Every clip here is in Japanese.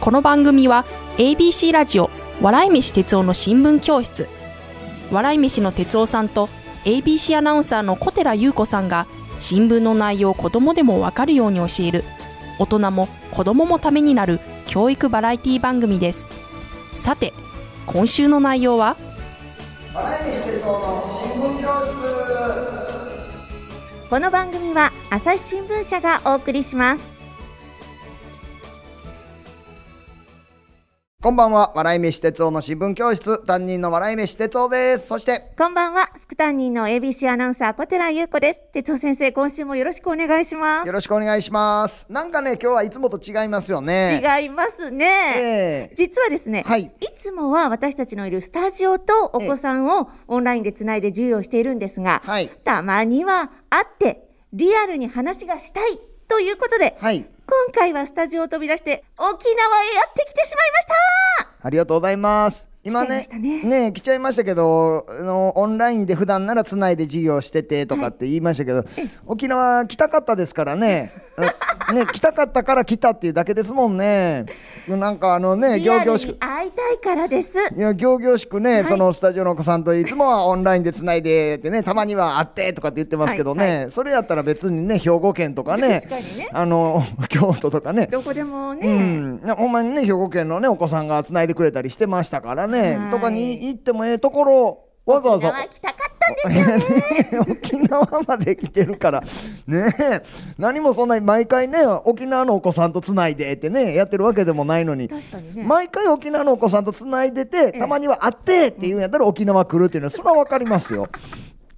この番組は ABC ラジオ笑い飯哲夫の新聞教室笑い飯の哲夫さんと ABC アナウンサーの小寺優子さんが新聞の内容を子どもでもわかるように教える大人も子どももためになる教育バラエティ番組ですさて今週の内容は笑い飯哲夫の新聞教室この番組は朝日新聞社がお送りしますこんばんは笑い飯哲夫の新聞教室担任の笑い飯哲夫ですそしてこんばんは副担任の ABC アナウンサー小寺優子です哲夫先生今週もよろしくお願いしますよろしくお願いしますなんかね今日はいつもと違いますよね違いますね、ええ実はですね、はいい、つもは私たちのいるスタジオとお子さんをオンラインでつないで授業をしているんですが、はいたまには会ってリアルに話がしたいということで、はい今回はスタジオを飛び出して沖縄へやってきてしまいましたありがとうございます今来ちゃいまねしたねえ来ちゃいましたけどあのオンラインで普段ならつないで授業しててとかって言いましたけど、沖縄来たかったですから ねうんね来たかったから来たっていうだけですもんねなんかあのねリア行ル々しくに会いたいからですいや行々しくね、いそのスタジオのお子さんといつもはオンラインでつないでってねたまには会ってとかって言ってますけどね、はいそれやったら別にね兵庫県とかね確かにねあの 京都とかねどこでもね、うん、ねほんまにね兵庫県のねお子さんがつないでくれたりしてましたからねはいとかに行ってもええところをわざわざ沖縄来たかったんです 沖縄まで来てるからねえ何もそんなに毎回ね沖縄のお子さんとつないでってねやってるわけでもないのに確かにね毎回沖縄のお子さんとつないでてえたまには会ってっていうんやったら沖縄来るっていうのはそれは分かります よ。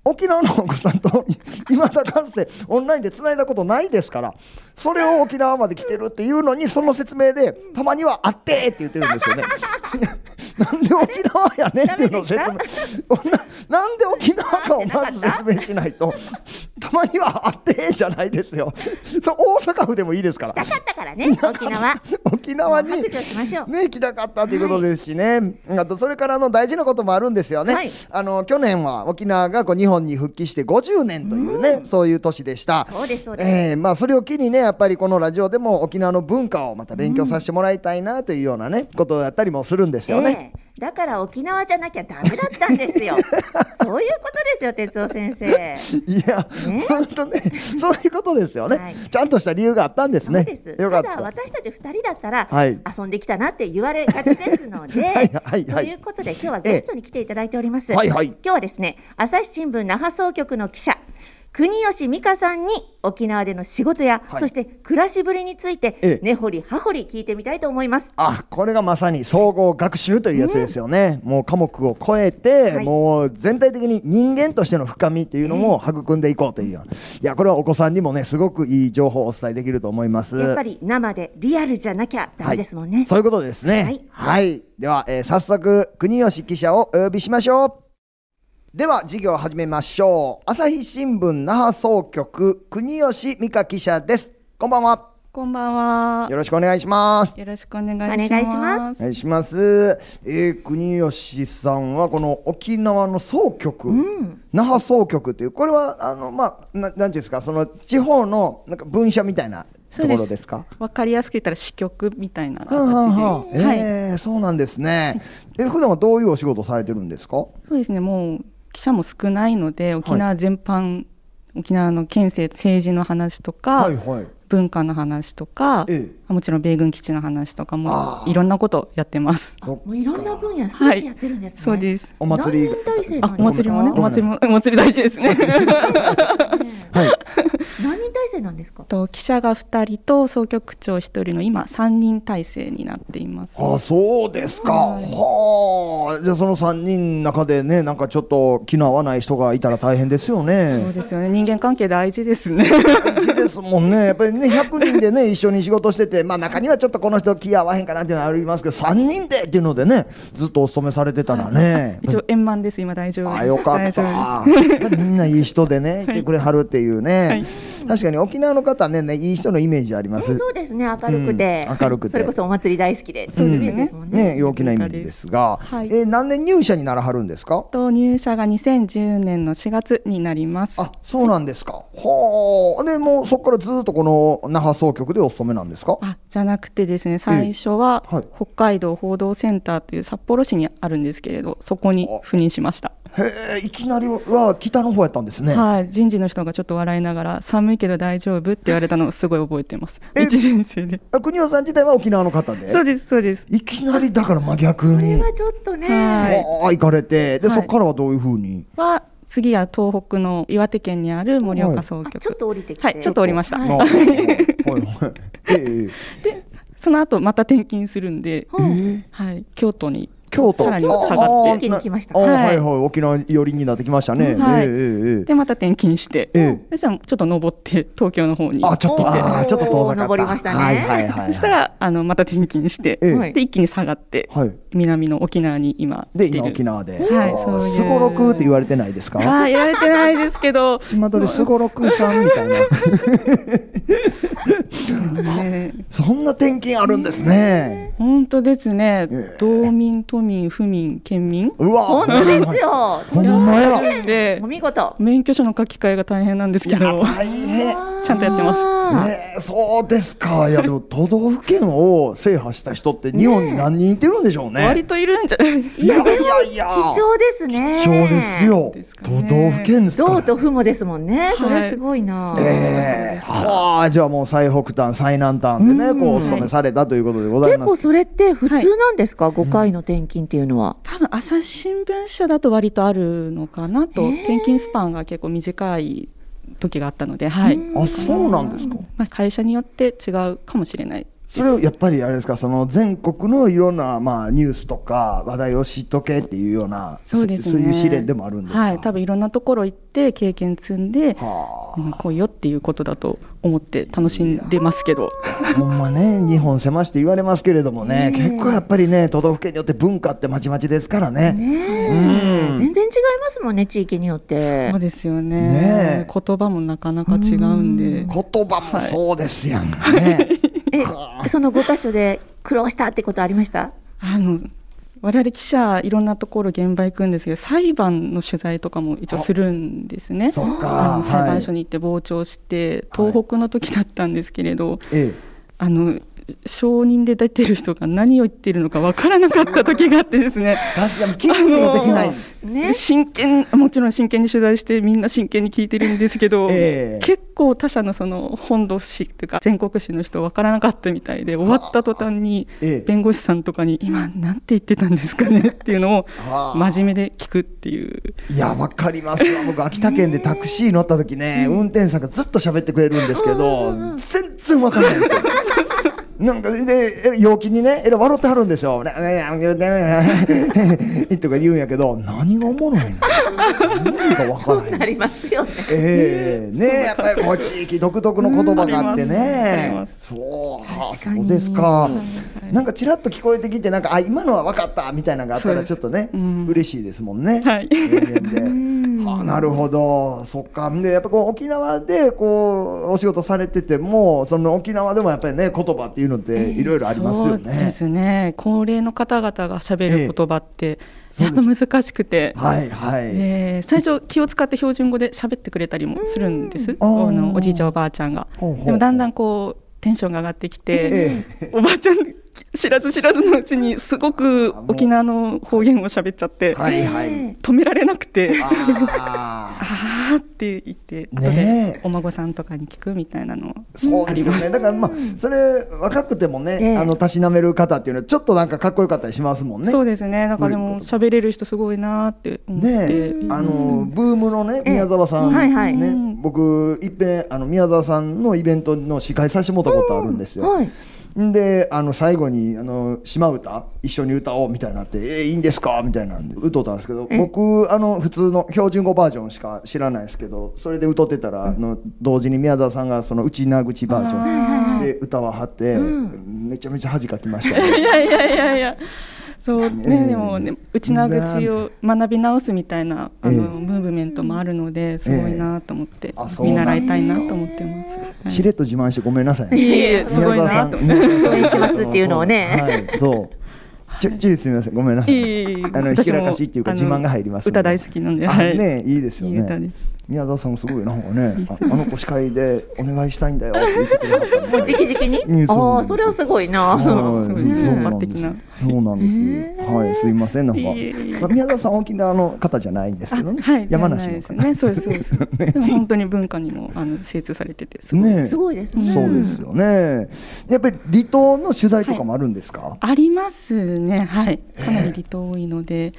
沖縄のお子さんと今だかつてオンラインでつないだことないですからそれを沖縄まで来てるっていうのにその説明でたまには会ってって言ってるんです よね。いやなんで沖縄やねんっていうのを説明ダメでななんで沖縄かをまず説明しないとたまには会ってじゃないですよ。それ大阪府でもいいですから。来たかったからね 沖縄沖縄にもう白状しましょうね行きたかったということですしね、あとそれからあの大事なこともあるんですよね、はいあの去年は沖縄がこう日本に復帰して50年というね、そういう年でしたそうですそうですえーまあ、それを機にねやっぱりこのラジオでも沖縄の文化をまた勉強させてもらいたいなというようなね、ことだったりもするんですよね。ええだから沖縄じゃなきゃダメだったんで すよそういうことですよ哲夫先生いや、ね本当ね、そういうことですよね、はいちゃんとした理由があったんですそうね。です、よかっただた。私たち二人だったら、はい遊んできたなって言われがちですのではいはいはいということで今日はゲストに来ていただいております、ええはいはい今日はですね朝日新聞那覇総局の記者国吉美香さんに沖縄での仕事や、はいそして暮らしぶりについええて根掘、り葉掘り聞いてみたいと思いますあこれがまさに総合学習というやつですよね、もう科目を超えて、はいもう全体的に人間としての深みというのも育んでいこうというような、いやこれはお子さんにもねすごくいい情報をお伝えできると思いますやっぱり生でリアルじゃなきゃダメですもんね、はい、そういうことですねはいはい、では、えー早速国吉記者をお呼びしましょうでは授業を始めましょう朝日新聞那覇総局国吉美香記者ですこんばんはこんばんはよ。ろしくお願いしますよろしくお願おいします。願いしまお願いします、えー、国吉さんはこの沖縄の総局、那覇総局というこれはあのまあななんていうんですかその地方のなんか分社みたいなところですかわかりやすく言ったら支局みたいな形で、はあはあはあはい、えーそうなんですねえ普段はどういうお仕事されてるんですかそうですね。もう記者も少ないので、沖縄全般、沖縄の県政政治の話とか、はい文化の話とか、えもちろん米軍基地の話とかもあーいろんなことやってます。そもういろんな分野すはべいてやってるんですね、そうです。お祭り何人体制なあん、おです祭りもね、お祭りも、お 祭り大事ですね。 かねはいえ何人体制なんですかと記者が二人と総局長一人の今三人体制になっています。あそうですかはいはあじゃあその三人の中でねなんかちょっと気の合わない人がいたら大変ですよねそうですよね。人間関係大事ですね。大事ですもんね、やっぱりね、100人でね、一緒に仕事してて、まあ、中にはちょっとこの人、気合わへんかなっていうのはありますけど、3人でっていうのでね、ずっとお勤めされてたらね。一応円満です。今大丈夫です。あよかっ大丈夫た、みんないい人でね、いてくれはるっていうね、はい確かに沖縄の方ねねいい人のイメージありまねすそうですね明るくて、うん明るくてそれこそお祭り大好きでそううんいうイメージですもんね,、ね陽気なイメージですが、はいえー何年入社にならはるんですかと入社が2010年の4月になります。あそうなんですか、ほうでもうそこからずっとこの那覇総局でお勤めなんですかあじゃなくてですね最初ははい北海道報道センターという札幌市にあるんですけれどそこに赴任しました、へえいきなりは北の方やったんですね、はい、人事の人がちょっと笑いながら寒いけど大丈夫って言われたのをすごい覚えてますえ一年生であ国尾さん自体は沖縄の方でそうですそうですいきなりだから真逆これにはちょっとね、はいはあ行かれてで、はいそこからはどういうふうには次は東北の岩手県にある盛岡総あ局、ちょっと降りてきて、はいちょっと降りましたあははいいはいええその後また転勤するんで、ほうはい、京都に京都さらに下がってああ一気に来ましたああはいはいはい沖縄寄りになってきましたね、はいええええでまた転勤して、ええそしたらちょっと登って東京の方にあちょっとおーあーちょっと遠ざかった登りましたねはいはいはい、 はい、そしたらあのまた転勤して、ええはいで一気に下がって、はい南の沖縄に今でい今る沖縄で、はいそういうすごろくって言われてないですか、あーやられてないですけど 巷ですごろくさんみたい なねそんな転勤あるんですね本当ですね、ええ道民都民府民県民うわ本当ですよほんまやでお見事免許証の書き換えが大変なんでいすけやど大変ちゃんとやってますあーねえそうですかいやでも都道府県を制覇した人って日本に何人いてるんでしょうね割といるんじゃないですいやいやいや貴重ですね貴重ですよですか都ね道府県ですか銅らと負もですもんね、いそれすごいな、ええはあじゃあもう最北端最南端でねうんこうお勤めされたということでござい結ま構すそれって普通なんですか、5回の転勤っていうのは、多分朝日新聞社だと割とあるのかなと、ええ転勤スパンが結構短い時があったので、はいうんあそうなんですかまあ、会社によって違うかもしれないそれをやっぱりあれですかその全国のいろんなまあニュースとか話題を知っとけっていうようなそうですねそういう試練でもあるんですかはい、多分いろんなところ行って経験積んで、はうん、来いよっていうことだと思って楽しんでますけど。あほんまね日本狭しって言われますけれどもね、ねえ結構やっぱりね都道府県によって文化ってまちまちですからねねうえん全然違いますもんね地域によってそうですよねね言葉もなかなか違うん言で葉もそうですやんかね、えその5箇所で苦労したってことありましたあの我々記者いろんなところ現場行くんですけど裁判の取材とかも一応するんですねそっあかの裁判所に、に行って傍聴して、はい東北の時だったんですけれど、えあの証人で出てる人が何を言ってるのか分からなかった時があってですねえ、確かに記事にもできない、あの ね真剣もちろん真剣に取材してみんな真剣に聞いてるんですけど、ええ結構他社のその本土市っていうか全国市の人分からなかったみたいで終わった途端にええ弁護士さんとかに「今なんて言ってたんですかね」っていうのをはあ真面目で聞くっていういやわかりますわ僕秋田県でタクシー乗った時ね、運転手さんがずっと喋ってくれるんですけど、全然わかんないんですよなんかでえ陽気にねえら笑ってはるんですよ「ねねねねねとか言うんやけど何がおもろいの意味がわからなないりますよねええねやっぱりもう地域独特の言葉があってうんあねりますそうあ確かにそうですかいなんかちらっと聞こえてきてなんかあ今のはわかったみたいなのがあったそうらですちょっとねうん嬉しいですもんね。はい人間で はあなるほどそっかでやっぱこう沖縄でこうお仕事されててもその沖縄でもやっぱりね言葉っていうのっていろいろありますよそうでね。すね高齢の方々がしゃべる言葉ってええやっぱ難しくて。はいはい。で最初気を使って標準語で喋ってくれたりもするんですあうんあのーおじいちゃんおばあちゃんがほうほうほうでもだんだんこうテンションが上がってきてえ、おばあちゃん知らず知らずのうちにすごくあもう沖縄の方言を喋っちゃって、はいはい。ね止められなくて「あああー」って言って後ねえでお孫さんとかに聞くみたいなのをそうあですりよまね。す。だからまあそれ若くてもね、ええあのたしなめる方っていうのはちょっとなんかかっこよかったりしますもんね。そうですねだからでも喋れる人すごいなーって思って、ねえ、あのブームのねええ宮沢さん、うんはいはいねうん僕いっぺんあの宮沢さんのイベントの司会させてもらったことあるんですよ。はいんであの最後にあの島歌一緒に歌おうみたいになって「えーいいんですか?」みたいなんで歌ったんですけどえ僕あの普通の標準語バージョンしか知らないですけどそれで歌ってたら、あの同時に宮沢さんがその内名口バージョンで歌わはって、うめちゃめちゃ恥かきました、ね。いやいやいやいやそうね、ええでもね内縄口を学び直すみたいなあの、ええムーブメントもあるのですごいなと思って、あそう見なん習いたいですなかと思ってます。はいしれっと自慢してごめんなさい。いえいえすごい宮沢さなんと思って。応援してますっていうのをね。はい、そう。ちょ、ちょいすみません、ごめんなさい。あの、ひけらかしっていうか、自慢が入りますんで。歌大好きなんで、あはい。ね、いいですよいい歌ね。です。宮沢さんもすごい、なんか ね、ああの子司会でお願いしたいんだよって言ってくれはったんでも う直々に、うんそうなんあであすそれはすごいな、はいそうそでうすねな抜ん本で的すなそうなんです。はい、すいません、なんかいえいえ。まあ宮沢さん、沖縄の方じゃないんですけどね。山梨のです方。ね。そうですそうです。 でも本当に文化にもあの精通されててすごい。ねすごいですねそうですよね。やっぱり離島の取材とかもあるんですか。ありますね。はい。かなり離島多いので。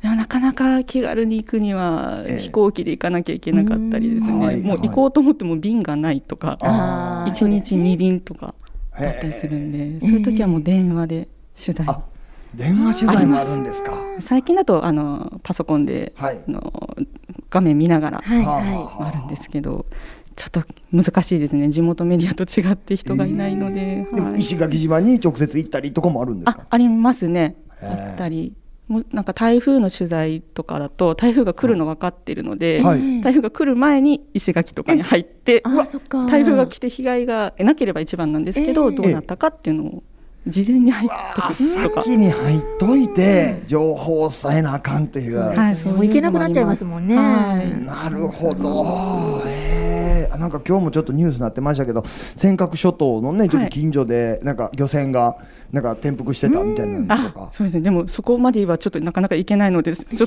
でもなかなか気軽に行くにはええ飛行機で行かなきゃいけなかったりですうんはね、いもうはい行こうと思っても便がないとかあー1日2便とかへえだったりするんで、そういう時はもう電話で取材あ、電話取材もあるんですか。最近だとあのパソコンで、はいあの画面見ながらはいはあはいはあるんですけどちょっと難しいですね地元メディアと違って人がいないので,、でもはい、石垣島に直接行ったりとかもあるんですあか。ありますねへあえったりもうなんか台風の取材とかだと台風が来るの分かっているので、はいうん台風が来る前に石垣とかに入ってあーそっか台風が来て被害がえなければ一番なんですけど、ええどうなったかっていうのを事前に入っとあくとか。先に入っといて情報をさえなあかんという。はいそうもう行けなくなっちゃいますもんねはいなるほど。へえなんか今日もちょっとニュースになってましたけど尖閣諸島のねちょっと近所でなんか漁船がなんか転覆してたみたいなのとあか、そうですねでもそこまではちょっとなかなか行けないのでちょっ そと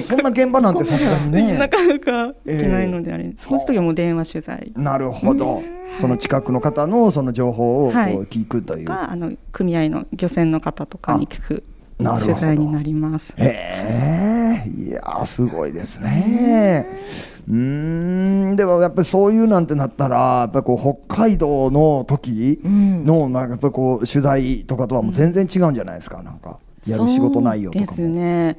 そんな現場なんてさすがにねなかなか行けないのであれ、その時はもう電話取材なるほどその近くの方のその情報をこうはい聞くという、とかあの組合の漁船の方とかに聞くあなるほど取材になります。へえいやーすごいですね。うーんでもやっぱりそういうなんてなったらやっぱりこう北海道の時のなんかやっぱりこう取材とかとはもう全然違うんじゃないですか、なんかやる仕事内容とかも。そうですね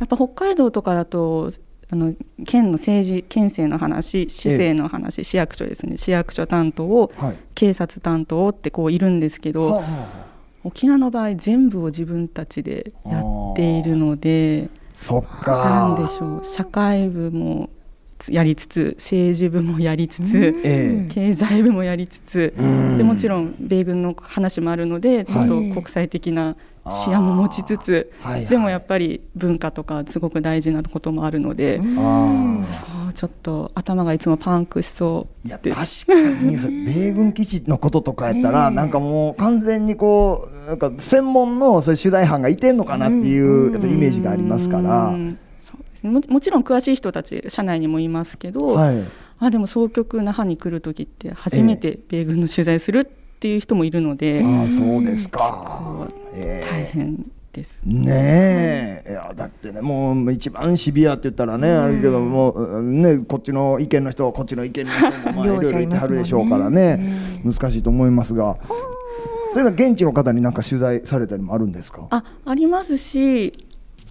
やっぱ北海道とかだとあの県の政治県政の話市政の話、市役所ですね市役所担当を、はい警察担当ってこういるんですけど、はあはあ沖縄の場合全部を自分たちでやっているのでそっなんかでしょう社会部もやりつつ政治部もやりつつええ経済部もやりつつうんでもちろん米軍の話もあるのでちょっと国際的な視野も持ちつつ、はいはいでもやっぱり文化とかすごく大事なこともあるので、あーそうちょっと頭がいつもパンクしそういやで確かにそれ米軍基地のこととかやったら、なんかもう完全にこうなんか専門のそういう取材班がいてんのかなっていう、やっぱイメージがありますから、うんそうですねももちろん詳しい人たち社内にもいますけど、はい、あでも総局那覇に来る時って初めて米軍の取材するっていう人もいるので、ああそうですかこう、大え変ですえ。ねえ、いやだってねもう一番シビアって言ったらね、あるけどもうねこっちの意見の人はこっちの意見の人もまあいろ両いろ者言いってまはすもんねるでしょうからね難しいと思いますがそれは現地の方になんか取材されたりもあるんですかあありますし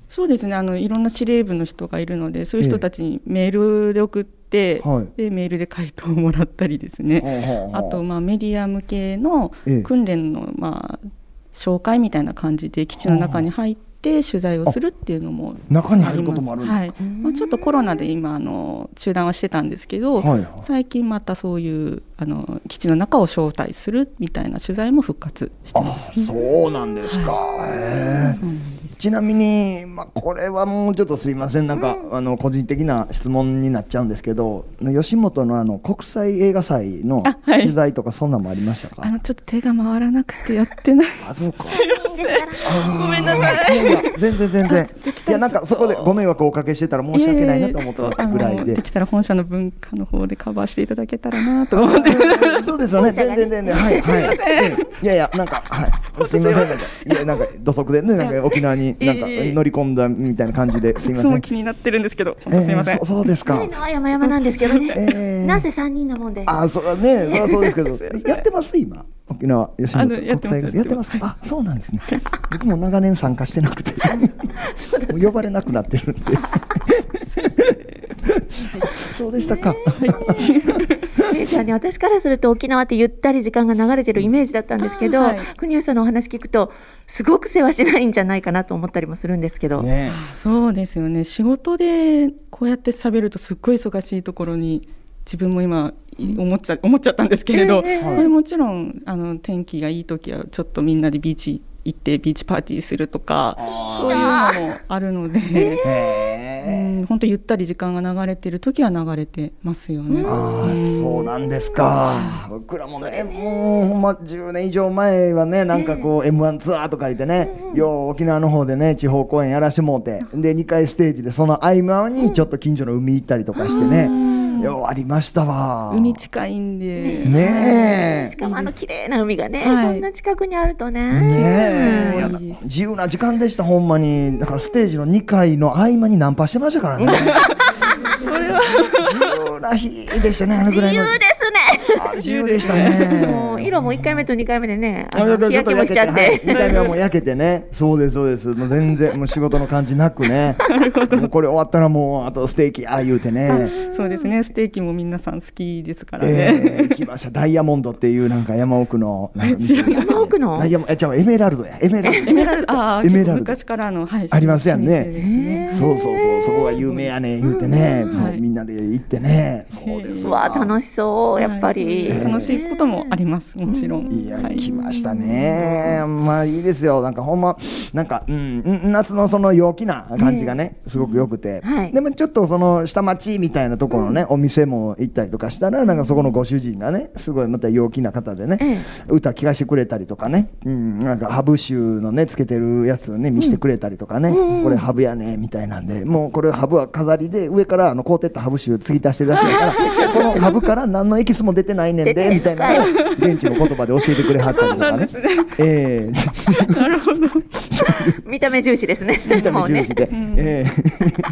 そうですねあのいろんな司令部の人がいるのでそういう人たちにメールで送って、はいでメールで回答をもらったりですね、ほうほうほうあとまあメディア向けのええ訓練のまあ紹介みたいな感じで基地の中に入って取材をするっていうのも中に入ることもあるんですかはいまあ、ちょっとコロナで今あの中断はしてたんですけど、はいはい最近またそういうあの基地の中を招待するみたいな取材も復活してまあす。そうなんですか、へえそうなんですちなみに、まあ、これはもうちょっとすいませんなんか、あの個人的な質問になっちゃうんですけど吉本のあの国際映画祭のあはい取材とかそんなんもありましたか、あのちょっと手が回らなくてやってない。あそうかごめんなさい。いやいや全然 全然いやなんかそこでご迷惑をおかけしてたら申し訳ないなと思ったぐらえーちょっとあいのでできたら本社の文化の方でカバーしていただけたらな と思って。そうですよ ね。全然全然はいはい。ええいやいやなんかはい。すみませんなんかいやなんか土足でねなんか沖縄になんかいえいえ乗り込んだみたいな感じですいいまつせもん。気になってるんですけど、本え当えすみませんそ。そうですか。あ山々なんですけどね、ええなぜ三人なもんであそれはねそれはそうですけどすいませんやってます今沖縄吉本あの国やってます際映画祭やってますか。あそうなんですね。僕も長年参加してなく てもう呼ばれなくなってる んで。そうでしたか。そうですよね私からすると沖縄ってゆったり時間が流れてるイメージだったんですけど、あーはい国吉さんのお話聞くとすごく世話しないんじゃないかなと思ったりもするんですけど、ねそうですよね仕事でこうやって喋るとすっごい忙しいところに自分も今い思っちゃ思っちゃったんですけれど、ええこれもちろんあの天気がいい時はちょっとみんなでビーチ行ってビーチパーティーするとかそういうのもあるので、へえうん、本当ゆったり時間が流れてる時は流れてますよね。ああそうなんですか僕らもねもうほんま10年以上前はねなんかこう m 1ツアーとか言ってねよう沖縄の方でね地方公演やらしてもうてで2回ステージでその合間にちょっと近所の海行ったりとかしてねようありましたわ海近いんで、ねしかもあの綺麗な海がね、はいそんな近くにあるとえね、ねえいやうんいいです自由な時間でしたほんまにだからステージの2回の合間にナンパしてましたからねそれは自由な日でしたねあのぐら自いの由ですあ自由でしたねね。もう色も一回目と二回目でね、ああのだから日ちょっと焼けも焼けしちてゃっはいて、二回目はもう焼けて ね。そうです、そうです。もう全然、もう仕事の感じなくね。もうこれ終わったらもう、あとステーキ、ああ言うてね。そうですねステーキも皆さん好きですからえー、ね。来ました。ダイヤモンドっていうなんか山奥の。なんか山奥のダイヤモンド、え、じゃエメラルドや。エメラ ルエメラルドああエメラルド昔からのはいありますやんね老舗ですねド。そうそうそう、そこが有名やね、言うてね。んもうみんなで行ってね。そうですうわ楽しそうやっぱり、はいそうですね楽しいこともあります、もちろん。いや、はい来ましたね。まあいいですよ。なんかほんま、なんか、うん、うん夏のその陽気な感じがね、すごく良くて、はいでもちょっとその下町みたいなところのね、お店も行ったりとかしたら、なんかそこのご主人がね、すごいまた陽気な方でね、ええ歌聞かしてくれたりとかね、うん、なんかハブ酒のね、つけてるやつをね、見してくれたりとかね、これハブやね、みたいなんで、もうこれハブは飾りで、上からあの、凍ってったハブ酒継ぎ足してるだけだから、このハブから何のエキスも出てないねん出で、てみたいなのを現地の言葉で教えてくれはったりとかね。ええなるほど。見た目重視ですね。見た目重視で、え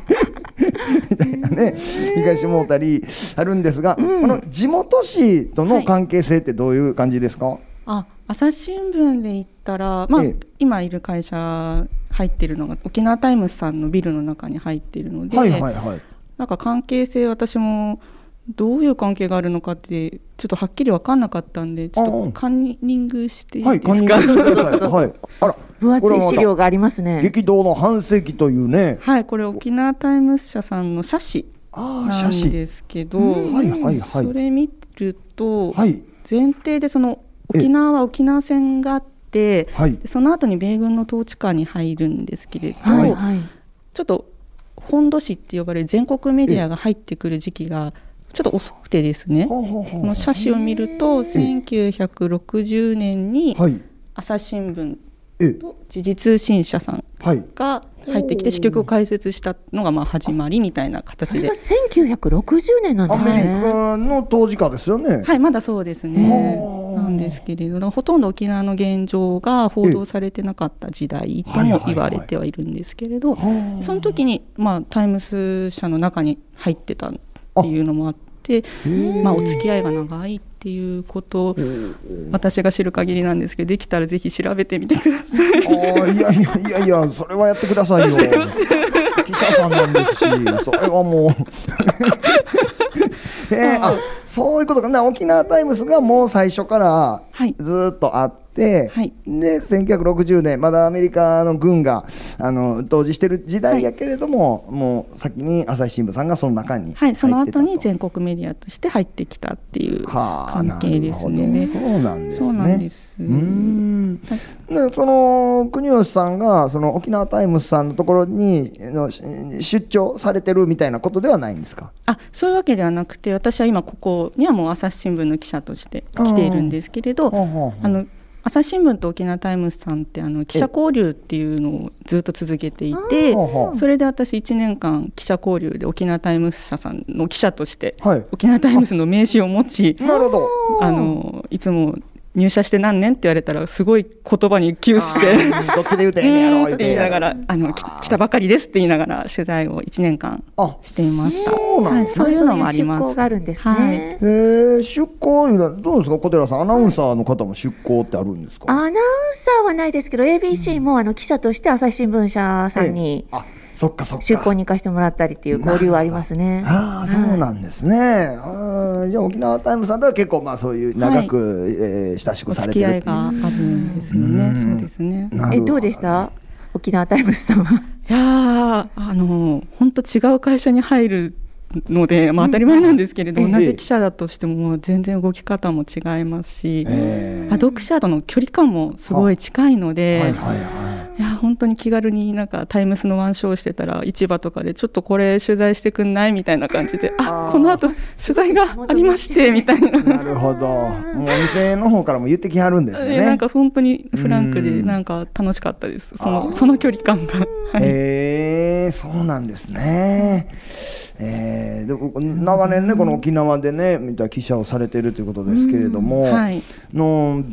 えみたいなね、東もうたりあるんですが、この地元市との関係性ってどういう感じですか、あ、朝日新聞で言ったら、まあ、ええ今いる会社入ってるのが沖縄タイムズさんのビルの中に入っているので、はいはいはい。なんか関係性私もどういう関係があるのかってちょっとはっきり分かんなかったんで、ちょあっあとカンニングしていいはい、でこんすにちか。は。はい。あ ら、分厚い資料こがありますれはまたね。激動の半世紀というね。はい、これ沖縄タイムズ社さんの社史ああ、な写ん真。ですけど、はいはいはいそれ見ると、はい。前提でその沖縄は沖縄戦があって、はいでその後に米軍の統治下に入るんですけれど、はいはい。ちょっと本土市って呼ばれる全国メディアが入ってくる時期がちょっと遅くてですね、ほうほうほこの写真を見ると1960年にう。はい。朝日新聞え、と時事通信社さんはい。が入ってきて支局を開設したのがまあ始まりみたいなそ形れでが、1960年なんアですメリね。カの当時家ですよね。はい、まだそうですねおーなんですけれどほとんど沖縄の現状が報道されてなかった時代とも言われてはいるんですけれど、はあその時に、まあ、タイムズ社の中に入ってたっていうのもあってまあ、お付き合いが長いっていうことを私が知る限りなんですけどできたらぜひ調べてみてください。ああ、いやいやいやいや、それはやってくださいよ。記者さんなんですし、それは もう。えーあ、そういうことか、な、沖縄タイムスがもう最初からはい。ずーっとあって、はいで1960年まだアメリカの軍があの当時してる時代やけれども、もう先に朝日新聞さんがその中に はい、その後に全全国メディアとして入ってきたっていう関関係ですね。そうなんですねそうなんですうーんでその国吉さんがその沖縄タイムスさんのところにあのし出張されてるみたいなことではないんですかあそういうわけではなくて私は今ここにはもう朝日新聞の記者として来ているんですけれど、ほうほうほうあの朝日新聞と沖縄タイムズさんってあの記者交流っていうのをずっと続けていてほうほうそれで私1年間記者交流で沖縄タイムズ社さんの記者として、はい沖縄タイムズの名刺を持ちなるほどあのいつも入社して何年って言われたらすごい言葉に窮して。あーどっちで言うてうええねやろーんって言いながらあのき来たばかりですって言いながら取材を1年間あしていました。そうなんはい、ですそういうのもあります。出向があるんですはいね。へえ出向いうのはどうですか小寺さんアナウンサーの方も出向ってあるんですかアナウンサーはないですけど、ABC もあの記者として朝日新聞社さんにええあそっかそっか出向に行かせてもらったりっていう交流はありますね。ああそうはいなんですね、あーじゃあ沖縄タイムさんとは結構まあそういう長く、えー親しおくさ付れてきる合いがあるんですようね。んそうですね。なるほえどうでした沖縄タイムスさんは。いやーあの本当違う会社に入るので、まあ、当たり前なんですけれど、うん同じ記者だとしてももう全然動き方も違いますし、えあ読者との距離感もすごい近いのーで、はいいはいはいや本当に気軽になんかタイムスのワンショーしてたら市場とかでちょっとこれ取材してくんないみたいな感じでああーこの後取材 がありましてみたいな。なるほ どもうお店の方からも言ってきはるんですよいやねなんか本当にフランクでうんなんか楽しかったですそあーのその距離感が、はいへえそうなんですね。えー、でも長年ねこの沖縄でねみたいな記者をされているということですけれども、うんはいの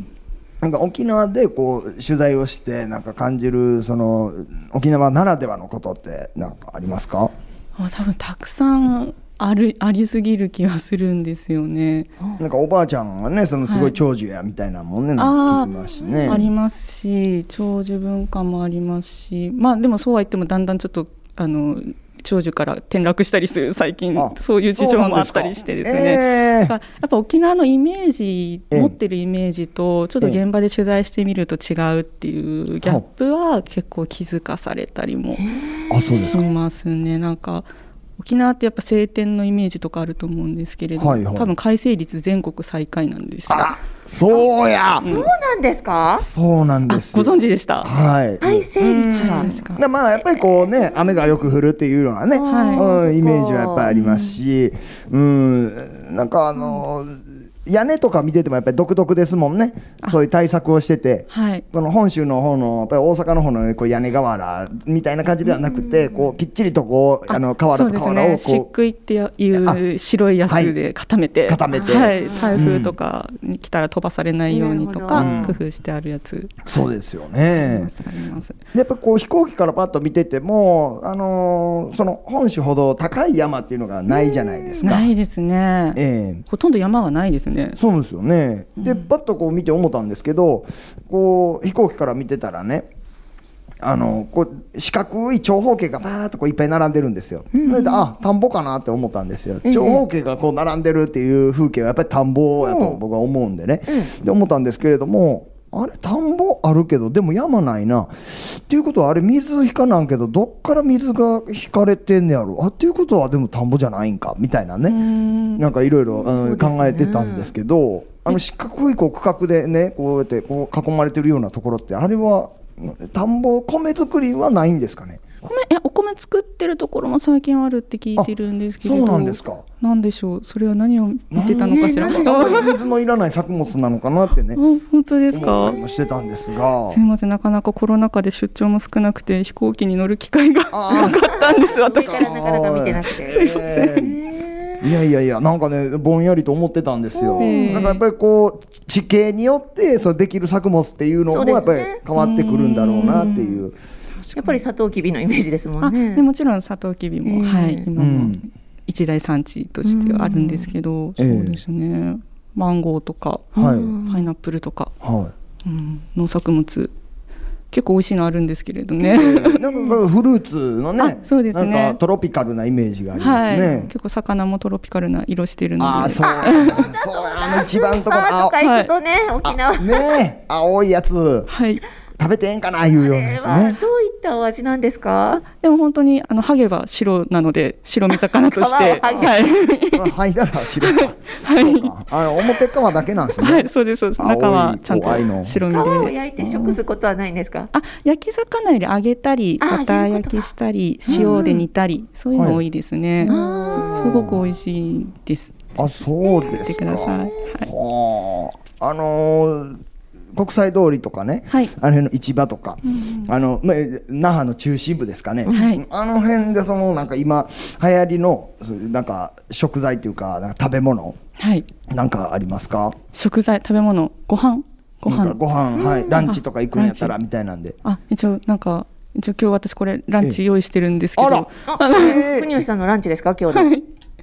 なんか沖縄でこう取材をしてなんか感じるその沖縄ならではのことってなんかありますか？あ多分たくさんあるありすぎる気がするんですよね。なんかおばあちゃんがねそのすごはいい長寿やみたいなもんね、あなあんか聞きますしね。ありますし長寿文化もありますしまあでもそうは言ってもだんだんちょっとあの長寿から転落したりする最近あそういう事情もあったりしてですね。えだーからやっぱ沖縄のイメージ、ええ持ってるイメージとちょっと現場で取材してみると違うっていうギャップは結構気づかされたりもあそうですしか。ますね。なんか沖縄ってやっぱ晴天のイメージとかあると思うんですけれど、はいはい多分改正率全国最下位なんですよ。あそうや、そうなんですか。そうなんあごですよ。存知でした。はい。体制率が。確かでまあやっぱりこうね雨がよく降るっていうのはね、はいうん、イメージはやっぱりありますし、うん、なんかあの屋根とか見ててもやっぱり独特ですもんねそういう対策をしてて。はい。この本州の方のやっぱり大阪の方のこう屋根瓦みたいな感じではなくて、こうきっちりとこうあの瓦そうとです瓦をね。漆こう喰ってあいう白いやつで固めて、固めてはい、台風とかに来たら飛ばされないようにとか、うん工夫してあるやつ。そうですよありねま。すあります。でやっぱこう飛行機からパッと見てても、あのーその本州ほど高い山っていうのがないじゃないですか。ないですね。ええほとんど山はないですね。そうですよね。で、パッとこう見て思ったんですけど、こう飛行機から見てたらね。あのこう四角い長方形がバーっとこういっぱい並んでるんですよ。それであ田んぼかなって思ったんですよ。長方形がこう並んでるっていう風景はやっぱり田んぼやと僕は思うんでね。で思ったんですけれどもあれ田んぼあるけどでも山ないな。っていうことはあれ水引かなんけどどっから水が引かれてんねやろあっていうことはでも田んぼじゃないんかみたいなね。うん。なんかいろいろそううんですね考えてたんですけど、あの四角いこう区画でね、こうやってこう囲まれてるようなところって、あれは田んぼ、米作りはないんですかね。米いやお米作ってるところも最近あるって聞いてるんですけれそどうなんですか。なんでしょうそれは何を見てたのかしら、ねあ何でしょあ水のいらない作物なのかなってね、本当で思すったかりもしてたんですがすい。ませんなかなかコロナ禍で出張も少なくて飛行機に乗る機会があなかったんです私私そかうらなかなか見てなくえて。ーすいませいやいやいや、なんかね、ぼんやりと思ってたんですよ。うんなんかやっぱりこう、ち地形によって、そのできる作物っていうのそもうでやっすぱねり変わってくるんだろうなっていう。やっぱりサトウキビのイメージですもあんね。でもちろんサトウキビも、ええはい今うもん一大産地としてはあるんですけど、ええそうですね、マンゴーとかはい。パイナップルとか、はい。うん、農作物結構美味しいのあるんですけれどね、なんかこうフルーツのねあそうですねなんかトロピカルなイメージがあります はい、ね。結構魚もトロピカルな色してるのでああそうそうあの一番とこのパーと青か行くとね、沖縄。あねえ青いやつはい食べてええんかないうようなやつこれはね。どういったお味なんですか。でも本当にあのハゲは白なので白身魚とし皮 はてハゲはい、まあはいだら白か。はいそうかあの表側だけなんですね。はい、そうですそうです青い中はちゃん怖いのと白皮身をで焼いて食することはないんですか。あ焼き魚より揚げたりあバター焼きしたり塩で煮たりそういうはいの多いですね、あすごく美味しいですあそうで見すてか。ください、はい、はああのー国際通りとかね、はいあの辺の市場とか、あのまあ那覇の中心部ですかね、はいあの辺でそのなんか今流行りのそういうなんか食材というかなんか食べ物はい、なんかありますか？食材食べ物ご飯ごなんか飯ご飯はいランチとか行くんやったあらランチみたいなんで。あ一応なんか一応今日私これランチ用意してるんですけあど、ら、え国吉さんのランチですか、今日の。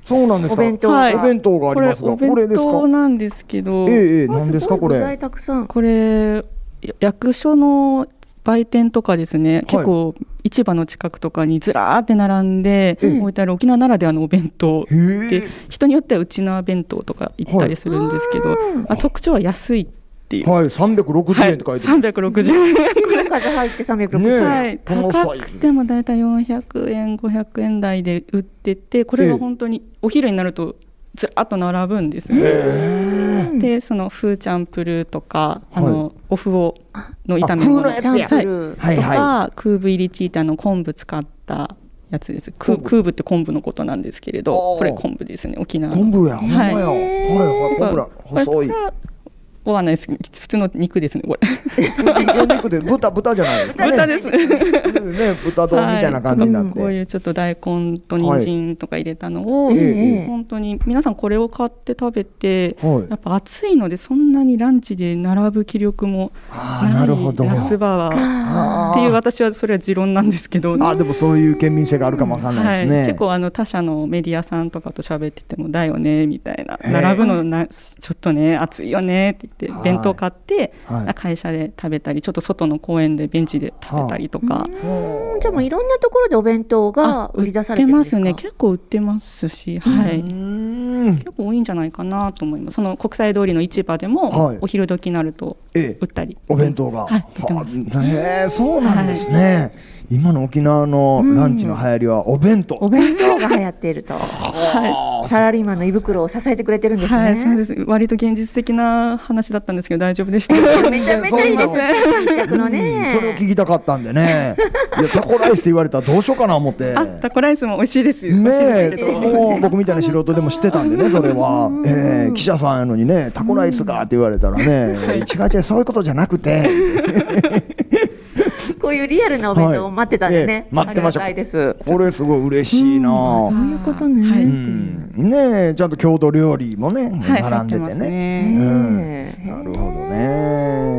そうなんですおか。弁当はいお弁当がありこまれすが、おこれ弁ですか？当なんですけど、ええええあ何ですかごいこ具材れ？たくさん。これや役所の売店とかですね、結構市場の近くとかにずらーって並んでええ置いてある沖縄ならではのお弁当へえで人によってはうちな弁当とか行ったりするんですけど、まあ、特徴は安いっていう、はい、360円って書いてある。 360円新の数入って360円、ねえはい、この高くても大体400円、500円台で売ってて、これが本当にお昼になるとずらっと並ぶんですね。で、そのフーチャンプルーとか、あはのお麩をの炒めあ物麩シャのやンつプやはいルー、はいとはか、空ブ入りチーターの昆布使ったやつです。昆空布空布って昆布のことなんですけれど、おーこれ昆布ですね、沖い。縄の。昆布や、ほんまや。はいはいはい、昆布ら、これ細い これ。はわかんないです普通の肉ですね、これ。お肉で豚、豚じゃないですかね。豚です。ね、豚丼みたいな感じになっこうて。いうちょっと大根と人参とか入れたのを、えええ本当に皆さんこれを買って食べて、はいやっぱ暑いのでそんなにランチで並ぶ気力もあなあ、いなるほど。夏場はあっていうー私はそれは持論なんですけど。あー、でもそういう県民性があるかもわかんなはいでい、すね。結構あの他社のメディアさんとかと喋ってても「だよね」みたいな「並ぶのなちょっとね暑いよね」って言はっいて弁当買って、はい会社で食べたりちょっと外の公園でベンチで食べたりとか、うんじゃあもういろんなところでお弁当が売り出されてるんですか売ってますね結構売ってますし、はい、うーん。結構多いんじゃないかなと思いますその国際通りの市場でも、はいお昼時になるとええ売ったりお弁当が。はい売ってますはあねえそうなんですね。今の沖縄のランチの流行りはお弁当。お弁当が流行っているとはサラリーマンの胃袋を支えてくれてるんですね、はいそうです割と現実的な話だったんですけど大丈夫でしためちゃめちゃいいですね地域密着のうんねそれを聞きたかったんでね。 いや、タコライスって言われたらどうしようかな思って。あタコライスも美味しいですよね美 味しいえ、ですけどもう僕みたいな素人でも知ってたんでね、それは。ええ記者さんやのにね、タコライスがって言われたらね、違う違う、そういうことじゃなく て。こういうリアルなお弁当を待ってたんでね、はいええ待ってましたありがたいですこれすごい嬉しいな。そういうことね、はういんねえ、ちゃんと郷土料理もね、はい並んでて入ってますね。えねえなるほど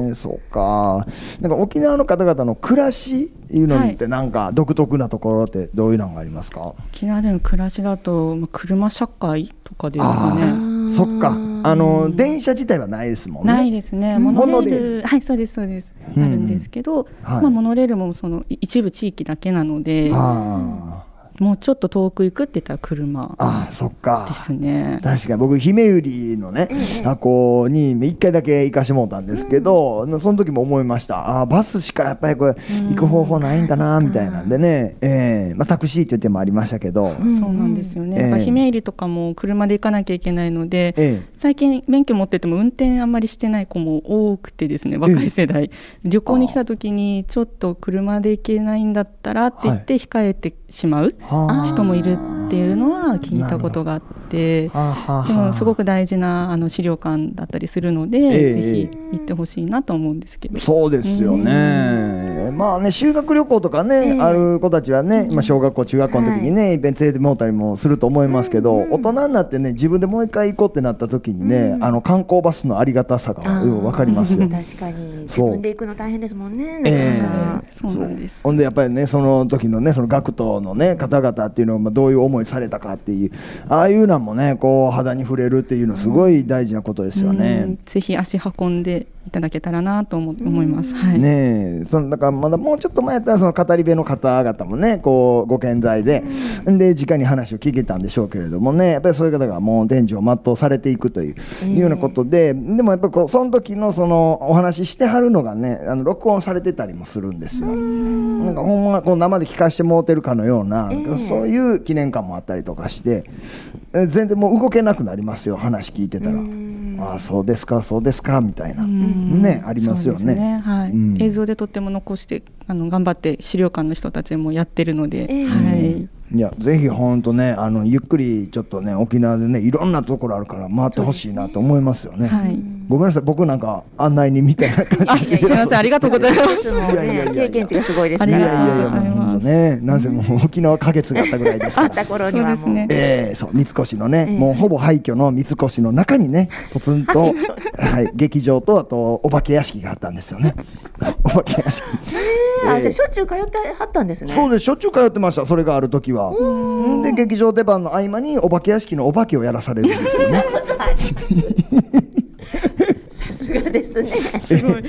ね、そうか、なんか沖縄の方々の暮らしいうのって、なんか独特なところって、どういうのがありますか、沖縄での暮らしだとまあ車社会とかですかあねあ、そっか、あの電車自体はないですもんね。ないですね、うんモノレモノール、はい、そうです、そうです、うんあるんですけど、はいまあ、モノレールもそのい一部地域だけなので、あもうちょっと遠く行くって言ったら車あ、ああ、そっかで。すね。確かに僕姫百合のね箱、に1回だけ行かしてもらったんですけど、その時も思いましたあーバスしかやっぱりこれ行く方法ないんだなみたいなんでね、えーまあ、タクシーっていう手もありましたけど、そうなんですよね。ええだから姫入りとかも車で行かなきゃいけないので、え最近免許持ってても運転あんまりしてない子も多くてですね、若い世代、旅行に来た時にちょっと車で行けないんだったらって言って控えてしまうえはあ人もいるっていうのは聞いたことがあって。はあはあではあもすごく大事なあの資料館だったりするので、ええぜひ行ってほしいなと思うんですけど。そうですよね。まあね修学旅行とかね、ある子たちはね、まあ小学校中学校の時にね、イベント連れてもらったりもすると思いますけど、大人になってね自分でもう一回行こうってなった時にね、あの観光バスのありがたさがようわかりますよ。確かに自そう分で行くの大変ですもんねなえかなかえそうなんですほんでやっぱりねその時のねその学徒のね方々っていうのをまあどういう思いされたかっていうああいうのもねこう肌に触れるっていうのすごい大事なことですよね。うんぜひ足運んでいただけたらなと思思います。はい。ねえそのだからまだもうちょっと前やったらその語り部の方々もねこうご健在で、で直に話を聞けたんでしょうけれどもねやっぱりそういう方がもう伝授を全うされていくという,、いうようなことででもやっぱりこうその時のそのお話ししてはるのがねあの録音されてたりもするんですよ。なんかほんまこう生で聞かしてもうてるかのような、そういう記念館もあったりとかしてえ全然もう動けなくなりますよ話聞いてたら。ああそうですかそうですかみたいな、うんねありますよそうですはい。うん映像でとっても残してあの頑張って資料館の人たちもやってるので、ええはい。いやぜひ本当ねあのゆっくりちょっとね沖縄でねいろんなところあるから回ってほしいなと思いますよね。はい。ごめんなさい僕なんか案内人みたいな感あ、じすで。みませんありがとう ございます。いつもいやいやいやいねや経験値がすごいですあいりやがいとやいやうございます本当ねなんせもう沖縄花月があったぐらいですかあらっ た。頃にはそもううですねええそう三越のね、ええもうほぼ廃墟の三越の中にねポツン と、はい、劇場とあとお化け屋敷があったんですよねお化け屋敷ええあじゃあしょっちゅう通ってはったんですねそうですしょっちゅう通ってましたそれがある時はで劇場出番の合間にお化け屋敷のお化けをやらされるんですよね さすがですねすごい。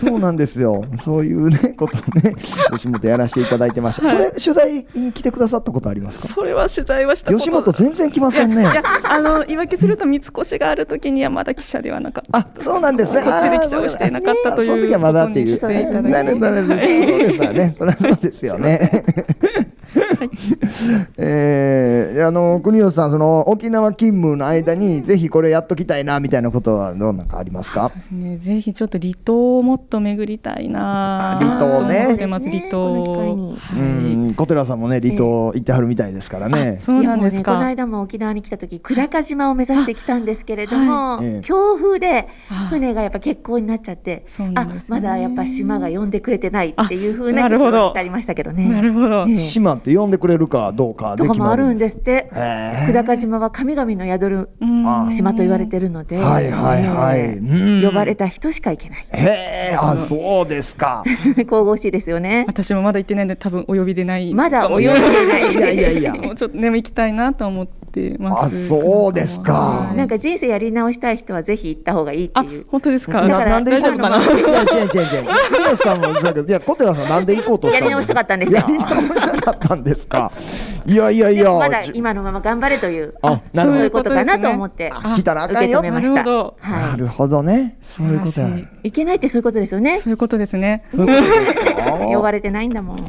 そうなんですよ。そういうね、ことをね、吉本やらせていただいてました。それ、取材に来てくださったことありますかそれは取材はしたこと吉本全然来ませんいね。やあの言い訳すると三越がある時にはまだ記者ではなかったあ、そうなんですね。こっちで記あ者をーしていなかったというその時はまだっていう。ことにしていただいてなるほど、なるほど。そうですわね。それはそうですよね。 えー、あの国吉さん、その沖縄勤務の間に、ぜひこれやっときたいなみたいなことは、どうなんかありますか。ね、ぜひちょっと離島をもっと巡りたいあな離島ねと思ってます離島この機会にはういん、小寺さんもね、離島行ってはるみたいですからね。そうなんでいやもすうねこのか、間も沖縄に来た時久高島を目指してきたんですけれども、はいええ強風であ船がやっぱ欠航になっちゃってそうなあんですねまだやっぱ島が呼んでくれてないっていうふうなあなるほどってありましたけどね。なるほど、ええ島って呼んでくれるかどうかでと決かもまあるるんんです。ですってへ久高島は神々の宿るうん島と言われてるので、はいはいはいええうん呼ばれた人しか行けないえ。へえ、あ、そうですか。神々しいですよ ね。私もまだ行ってないので多分お呼びでないまだかも泳いでないいやいやいや。もうちょっとでも行きたいなと思ってあ、ますそうですか。なんか人生やり直したい人はぜひ行った方がいいってあいう。本当ですかなだからなんで行こう大丈夫 いや、違う違う違う。小寺さんも、だけどいや、小寺さん、なんで行こうとしたのやり直したかったんですよやり直したかったんですか。いやいやいでや。もまだじ今のまま頑張れという、あ、なるほそうどいう。ことかなと思ってあ来たらあ受かんけよ止め。ました。なるほどはいなるほどね。そういうことや。素晴らしいけないってそういうことですよね い。そういうことですねそういうことですか。呼ばれてないんだもん。へ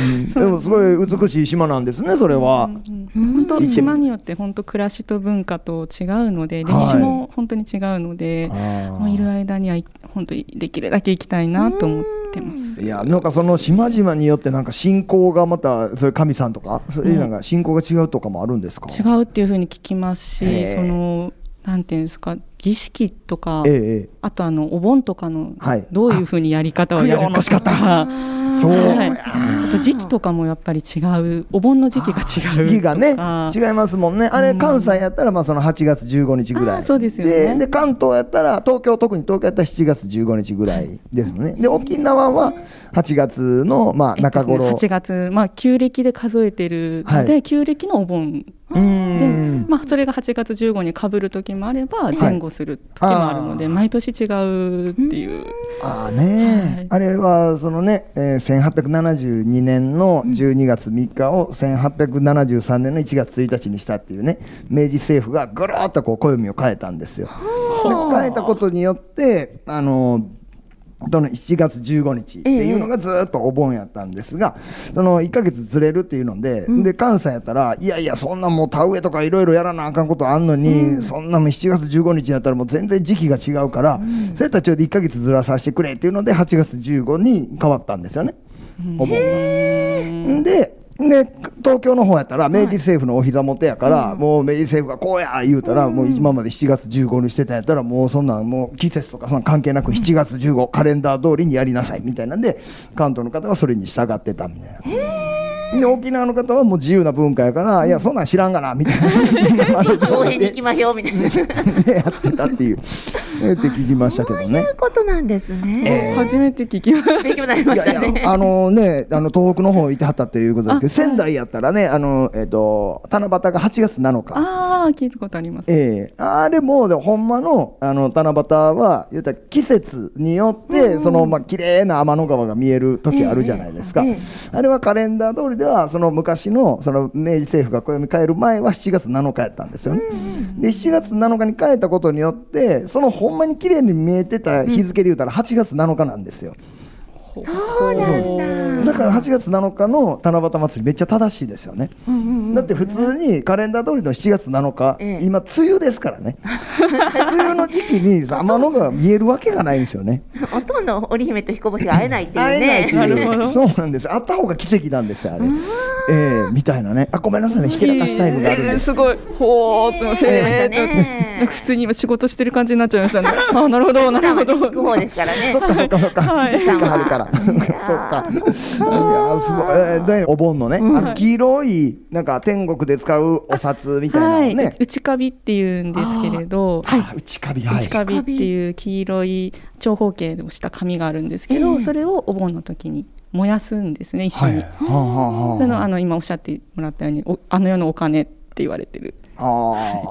え。でも、すごい美しい島なんですね、それは。本当島によって本当暮らしと文化と違うのでは歴い史も本当に違うので、あもういるー間にはい本当にできるだけ行きたいなと思ってます。いやなんかその島々によってなんか信仰がまたそれ神さんとかそういうなんか信仰が違うとかもあるんですか、違うっていうふうに聞きますへし、えそのなんていうんですか儀式とか、えええあとあのお盆とかのはいどういうふうにやり方をやるあ供養のか仕方えそう、はいああと時期とかもやっぱり違うお盆の時期が違うー時期がねとか違いますもんねあれ関西やったらまあその8月15日ぐらあいーそうですよねでで関東やったら東京特に東京やったら7月15日ぐらいですもんねで沖縄は8月のまあ中頃、 8月、まあ、旧暦で数えてるので、はい旧暦のお盆うーで、んまあ、それが8月15にかぶる時もあればい前後する時もあるので、あー毎年違うっていう、ああね、はいあれはそのね、えー1872年の12月3日を1873年の1月1日にしたっていうね明治政府がぐるーっとこう暦を変えたんですよ。で変えたことによってあのどの7月15日っていうのがずーっとお盆やったんですが、その1ヶ月ずれるっていうので、で関西やったらいやいやそんなもう田植えとかいろいろやらなあかんことあんのに、そんなもん7月15日やったらもう全然時期が違うから、それたらちょうど1ヶ月ずらさせてくれっていうので8月15に変わったんですよね、お盆が。でで東京の方やったら明治政府のお膝元やから、もう明治政府がこうや言うたら、もう今まで7月15にしてたんやったらもうそんなんもう季節とかそんなん関係なく7月15、カレンダー通りにやりなさいみたいなんで関東の方はそれに従ってたみたいな。で沖縄の方はもう自由な文化やから、いやそんなん知らんがなみたい な今まで応援に行きましょうみたいな。そで やってたっていうえーって聞きましたけどうねいう。ことなんです ね。初めて聞きました勉強になりまいしやたいね。や、あのね、あの東北の方いてはったということですけど、仙台やったらね、あの、えっ、と、七夕が8月7日。ああ聞いたことあります、ええあれも、でもほんまの、あの七夕は、言ったら季節によって、その、まあ、綺麗な天の川が見える時あるじゃないですか。ええええあれはカレンダー通りでは、その昔の、その明治政府が暦変える前は7月7日やったんですよね。で、7月7日に変えたことによって、そのほんまに綺麗に見えてた日付で言うたら、8月7日なんですよ。そうなんだ。だから8月7日の七夕祭りめっちゃ正しいですよね、うんうんうんだって普通にカレンダー通りの7月7日、ええ今梅雨ですからね梅雨の時期に天の川見えるわけがないんですよねほとんど織姫と彦星が会えないって会いうえないってね。なるいほうどそうなんですあった方が奇跡なんですよあれええみたいなねあごめんなさいねひけらかしたいのがあるんですすごいほーっとええへーっとねなんか普通に今仕事してる感じになっちゃいまし たねあーなるほどな普段はるほねど聞く方ですからねそっ。かそっかそっか、はい奇跡があるから。そっか。いやー、すごいえー。で、お盆のね、あの黄色い、なんか天国で使うお札みたいなはのい、ね。内カビっていうんですけれど、はい、内カビ、はい。内カビっていう黄色い長方形をした紙があるんですけど、それをお盆の時に燃やすんですね一緒に。はあはあはなのあの今おっしゃってもらったようにおあの世のお金って言われてるあ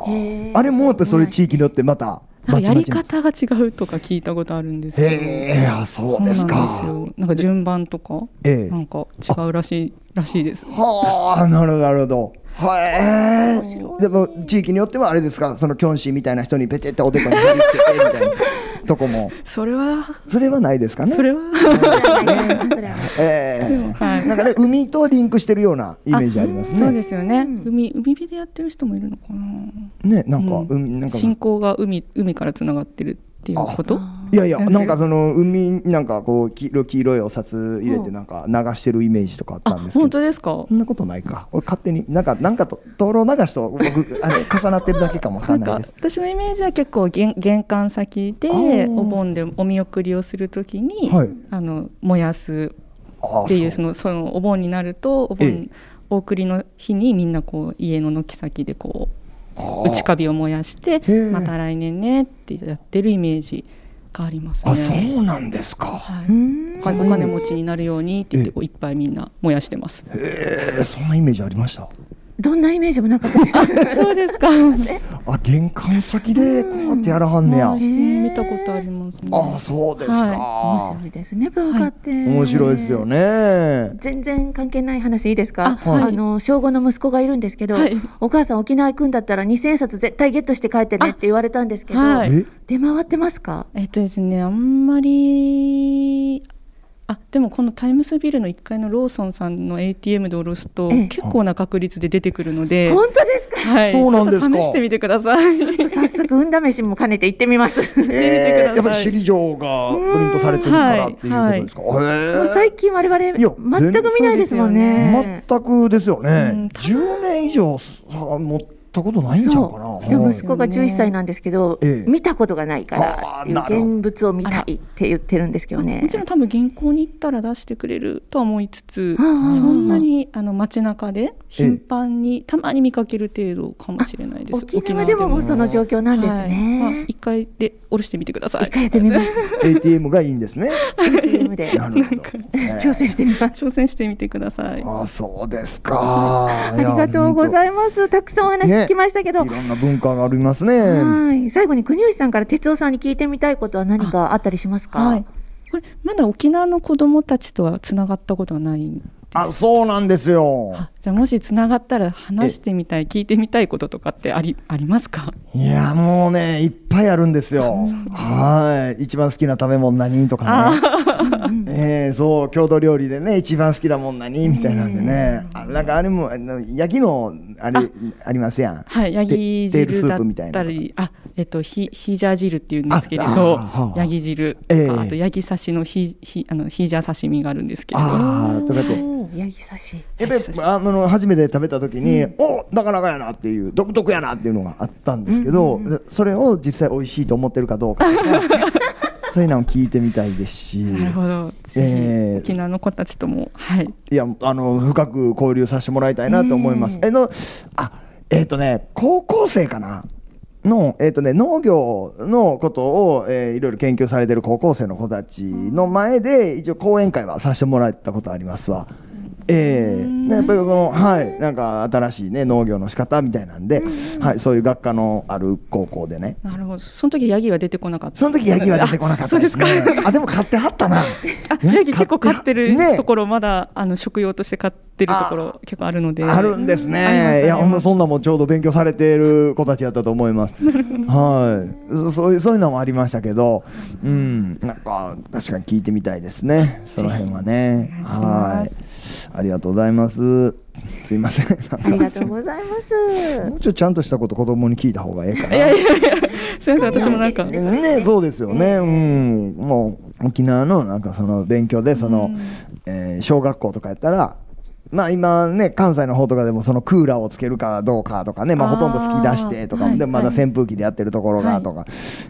あへーーあれもやっぱりそれ地域によってまたなんかやりバチバチ方が違うとか聞いたことあるんですけどへえあそうですそうなんかですよなんか順番とかええなんか違うらしいらしいですはあなるほどなるほどは面白えでいも地域によってはあれですかそのキョンシーみたいな人にペチっておでこに振りつけてみたいなとこ もそれはそれはないですかねそれ は それはええはいなんかね海とリンクしてるようなイメージありますそうねですよね、うん海海辺でやってる人もいるのかなねなんか、ううん、なんか信仰が海海からつながってるっていうこといやいやなんかなんかその海なんかこう黄色黄色いお札入れうてんなんか流してるイメージとかあったんあですけ本ど当ですかそんなことないか俺勝手になんかなんかと灯籠流しと僕あれ重なってるだけかもわかなんんないかです私のイメージは結構玄玄関先であーお盆でお見送りをするときに、はいあの燃やすあっていうそののそのお盆になるとおえ盆お送りの日にみんなこう家の軒先でこう内カビを燃やしてえまた来年ねってやってるイメージがありますね。あそうなんですかはいうんお金お金持ちになるようにって言ってこういっぱいみんな燃やしてます。えー、そんなイメージありましたどんなイメージもなかったです。そうですか。あ玄関先でこうやってやらはんねや、はいへー 見たことありますね。あそうですか、面白いですね文化って、面白いですよね全然関係ない話いいですかああ,、はいの小5の息子がいるんですけど、はいお母さん沖縄行くんだったら2000円札絶対ゲットして帰ってねって言われたんですけど、はいえ出回ってますかえっとですね、あんまり。あ、でもこのタイムスビルの1階のローソンさんの ATM で下ろすとええ結構な確率で出てくるので、本当です かはい、そうなんですかちょっと試してみてください。早速運試しも兼ねて行ってみますえー、やっぱり見てください首里城がプリントされてるからっていうことですか、へーもう最近我々全いやく見ないですもんね全くですようんね、10年以上さ持ったことないんちゃうかなそうでもはい息子が11歳なんですけど、ええ見たことがないかあらーなるほど現物を見たいって言ってるんですけどねもちろん多分銀行に行ったら出してくれるとは思いつつ、あーそんなにあの街中で頻繁にたまに見かける程度かもしれないです。沖縄でももうその状況なんですね、はいまあ一回で下ろしてみてくださ一い。回やってみます ATM がいいん ですね ATM でなる ほど、挑戦してみます挑戦してみてください。あーそうですかありがとうございいます。たくさんお話聞きましたけやど、本当いろんな文化がありますねはい。最後に国吉さんから哲夫さんに聞いてみたいことは何かあったりしますか。はい。これまだ沖縄の子供たちとはつながったことはない。あそうなんですよあじゃあもしつながったら話してみたい聞いてみたいこととかってありありますか？いやもうねいっぱいあるんですよはい一番好きな食べ物何とかね えー、そう郷土料理でね一番好きなもん何みたいなんでね、あなんかあれもあのヤギのあれありますやんはい、ヤギテテールス汁だーっプみたいたなり、あ、えっと、ひ、ひじゃ汁っていうんですけれあどああ、あヤギ汁ええとか、あとヤギ刺しのひ、ひ、あの、ひじゃ刺身があるんですけれど。ああとかっておーヤギ刺し。やっぱりああの初めて食べた時に、おなかなかやなっていう独特やなっていうのがあったんですけど、でそれを実際美味しいと思ってるかどうか とかそういうのを聞いてみたいですしなるほど、ええぜひ、沖縄の子たちとも、はい。いやあの深く交流させてもらいたいなと思います。ええのあえっ、とね高校生かなのえっ、とね農業のことを、えーいろいろ研究されてる高校生の子たちの前で一応講演会はさせてもらったことありますわ。ええねやっぱりそのはいなんか新しいね農業の仕方みたいなんで、はいそういう学科のある高校でね。なるほど、その時ヤギは出てこなかった。その時ヤギは出てこなかったですね。あそうですあでも買ってはったな。か。 あ、ねヤギ結構飼ってるねところ、まだ、あの、食用として飼ってるところ、結構あるので。あるんですありますね。いや、あほりんまますそんなもんちょうど勉強されている子たちやったと思います。はい、そそういうそういうのもありましたけど、うん、なんか確かに聞いてみたいですね。その辺はね。お願はいしますい、ありがとうございます。すいません。ありがとうございます。 もうちょっとちゃんとしたこと子供に聞いた方がええかな。すみません、私もなんか。ねね、そうですよね、うん、もう沖縄のなんかその勉強でその、えー小学校とかやったら。まあ今ね関西の方とかでもそのクーラーをつけるかどうかとかねまああーほとんど吹き出してとかはいでまだはい扇風機でやってるところがとかあ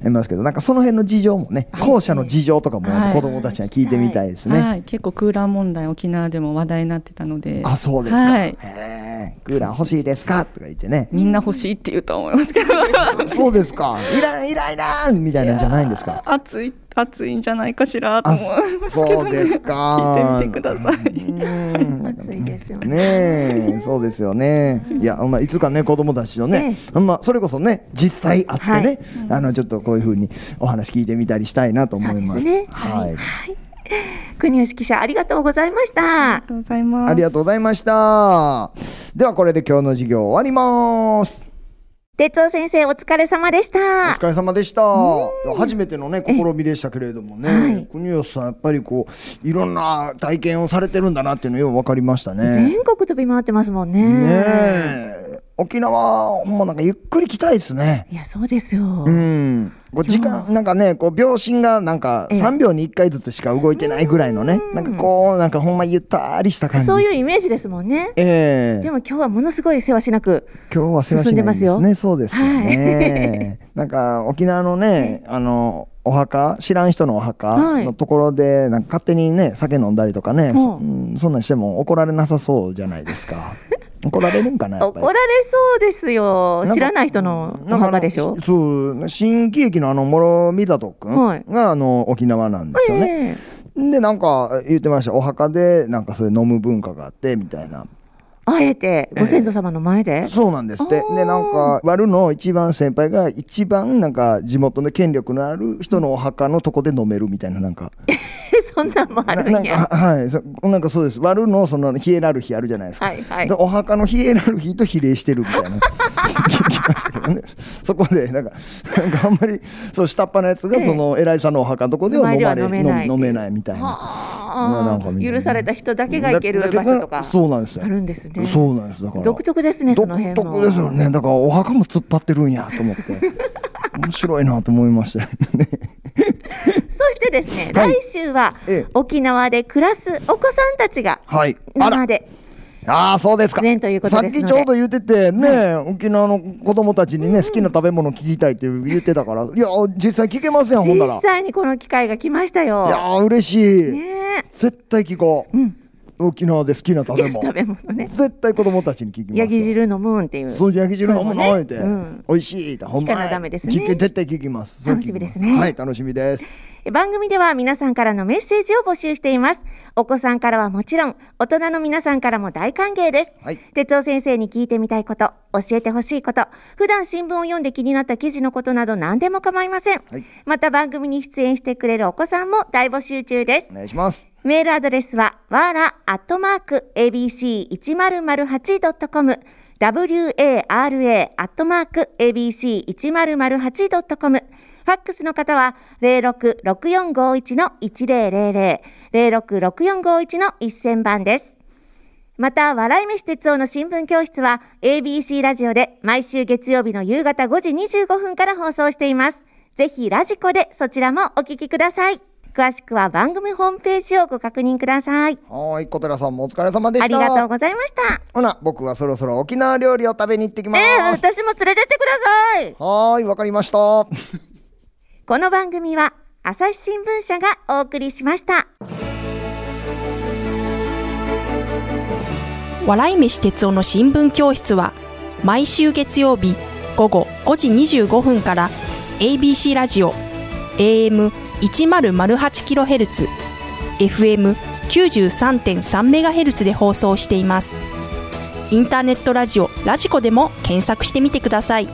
りますけどなんかその辺の事情もね校舎の事情とかもはい子供たちには聞いてみたいですねはい、結構クーラー問題、沖縄でも話題になってたので。あそうですかはいへえクーラー欲しいですかとか言ってねみんな欲しいって言うと思いますけど。 そうですかいらんいらんいらんみたいなんじゃないんですか暑い暑いんじゃないかしらとあ思う。 そうですか 聞いてみてください。うん暑いですよね。ねえ、そうですよね。いや、まあ、いつかね、子供たちのね、まあ、それこそね、実際会ってね、あの、ちょっとこういうふうにお話聞いてみたりしたいなと思います。そうですねはい。国吉記者ありがとうございました。がとうございます。ありがとうございました。では、これで今日の授業終わります。哲夫先生お疲れ様でしおた。疲れ様でした。初めてのね、試みでしたけれどもね、国吉さん、やっぱりこう、いろんな体験をされてるんだなっていうのよくわかりましたね。全国飛び回ってますもんね。ねえ沖縄もなんかゆっくり来たいですね。いやそうですよ。うん、こう時間なんかねこう秒針がなんかええ3秒に1回ずつしか動いてないぐらいのねなんかこうなんかほんまゆったりした感じそういうイメージですもんね。ええでも今日はものすごいせわしなく。今日は世話しないですね進んでますよそうですよね、なんか沖縄のねあのお墓知らん人のおは墓いのところでなんか勝手にね酒飲んだりとかね、ほううんそんなんしても怒られなさそうじゃないですか怒られるんかなやっ怒ぱりられそうですよ。なんか知らない人のお墓でしょなんかあの。そう新喜劇のあの諸見里君が、はいあの沖縄なんですよね、ええでなんか言ってましたお墓でなんかそういう飲む文化があってみたいなあえてご先祖様の前 で。そうなんですってあーでなんか割るの一番先輩が一番なんか地元の権力のある人のお墓のとこで飲めるみたいななんかそんなんもなあるなんんや。かはいそなんかそうです割るのそのヒエラルヒーあるじゃないですか、はいはいで。お墓のヒエラルヒーと比例してるみたい な聞きましたけどねそこでなんかなんかあんまりそう下っ端のやつがええその偉いさんのお墓のとこでは飲まれ飲めない飲飲めないみたいなはなんかみんな許された人だけが行けるだだ場けど所とかそうなんですよあるんですね。そうなんですだから独特ですね、その辺独も。特ですよねだからお墓も突っ張ってるんやと思って面白いなと思いましたよねそしてですね、はい来週はええ沖縄で暮らすお子さんたちがはいあら生で、ああそうですか。ねということですのでさっきちょうど言っててね、沖縄の子供たちにね、好きな食べ物聞きたいって言ってたから、いや実際聞けますよほんだら。実い際にこの機会が来ましたよ。やー嬉しい、ねえ絶対聞こう、うん沖縄で好きな食べ物好きな食べ物ね絶対子供たちに聞きますよヤギ汁飲むんっていう。そう焼き汁飲むそうねの言うて、うん美味しいってほんま聞かなダメですね聞け絶対聞きますそう聞きま楽しみですねはい楽しみです番組では皆さんからのメッセージを募集しています。お子さんからはもちろん、大人の皆さんからも大歓迎です。はい哲夫先生に聞いてみたいこと、教えてほしいこと、普段新聞を読んで気になった記事のことなど何でも構いません。はいまた番組に出演してくれるお子さんも大募集中ですお。願いしますメールアドレスは、わーら、アットマーク、abc1008.com、wara、アットマーク、abc1008.com、ファックスの方は、066451-1000、066451-1000番です。また、笑い飯哲夫の新聞教室は ABC ラジオで毎週月曜日の夕方5時25分から放送しています。ぜひラジコでそちらもお聞きください。詳しくは番組ホームページをご確認ください。はーい小寺さんもお疲れ様でしたありがとうございました。ほな僕はそろそろ沖縄料理を食べに行ってきまえす、え私も連れてってください。はーいわかりましたこの番組は朝日新聞社がお送りしました。笑い飯哲夫の新聞教室は毎週月曜日午後5時25分から ABC ラジオ AM1008kHz FM93.3MHz で放送していますインターネットラジオラジコでも検索してみてください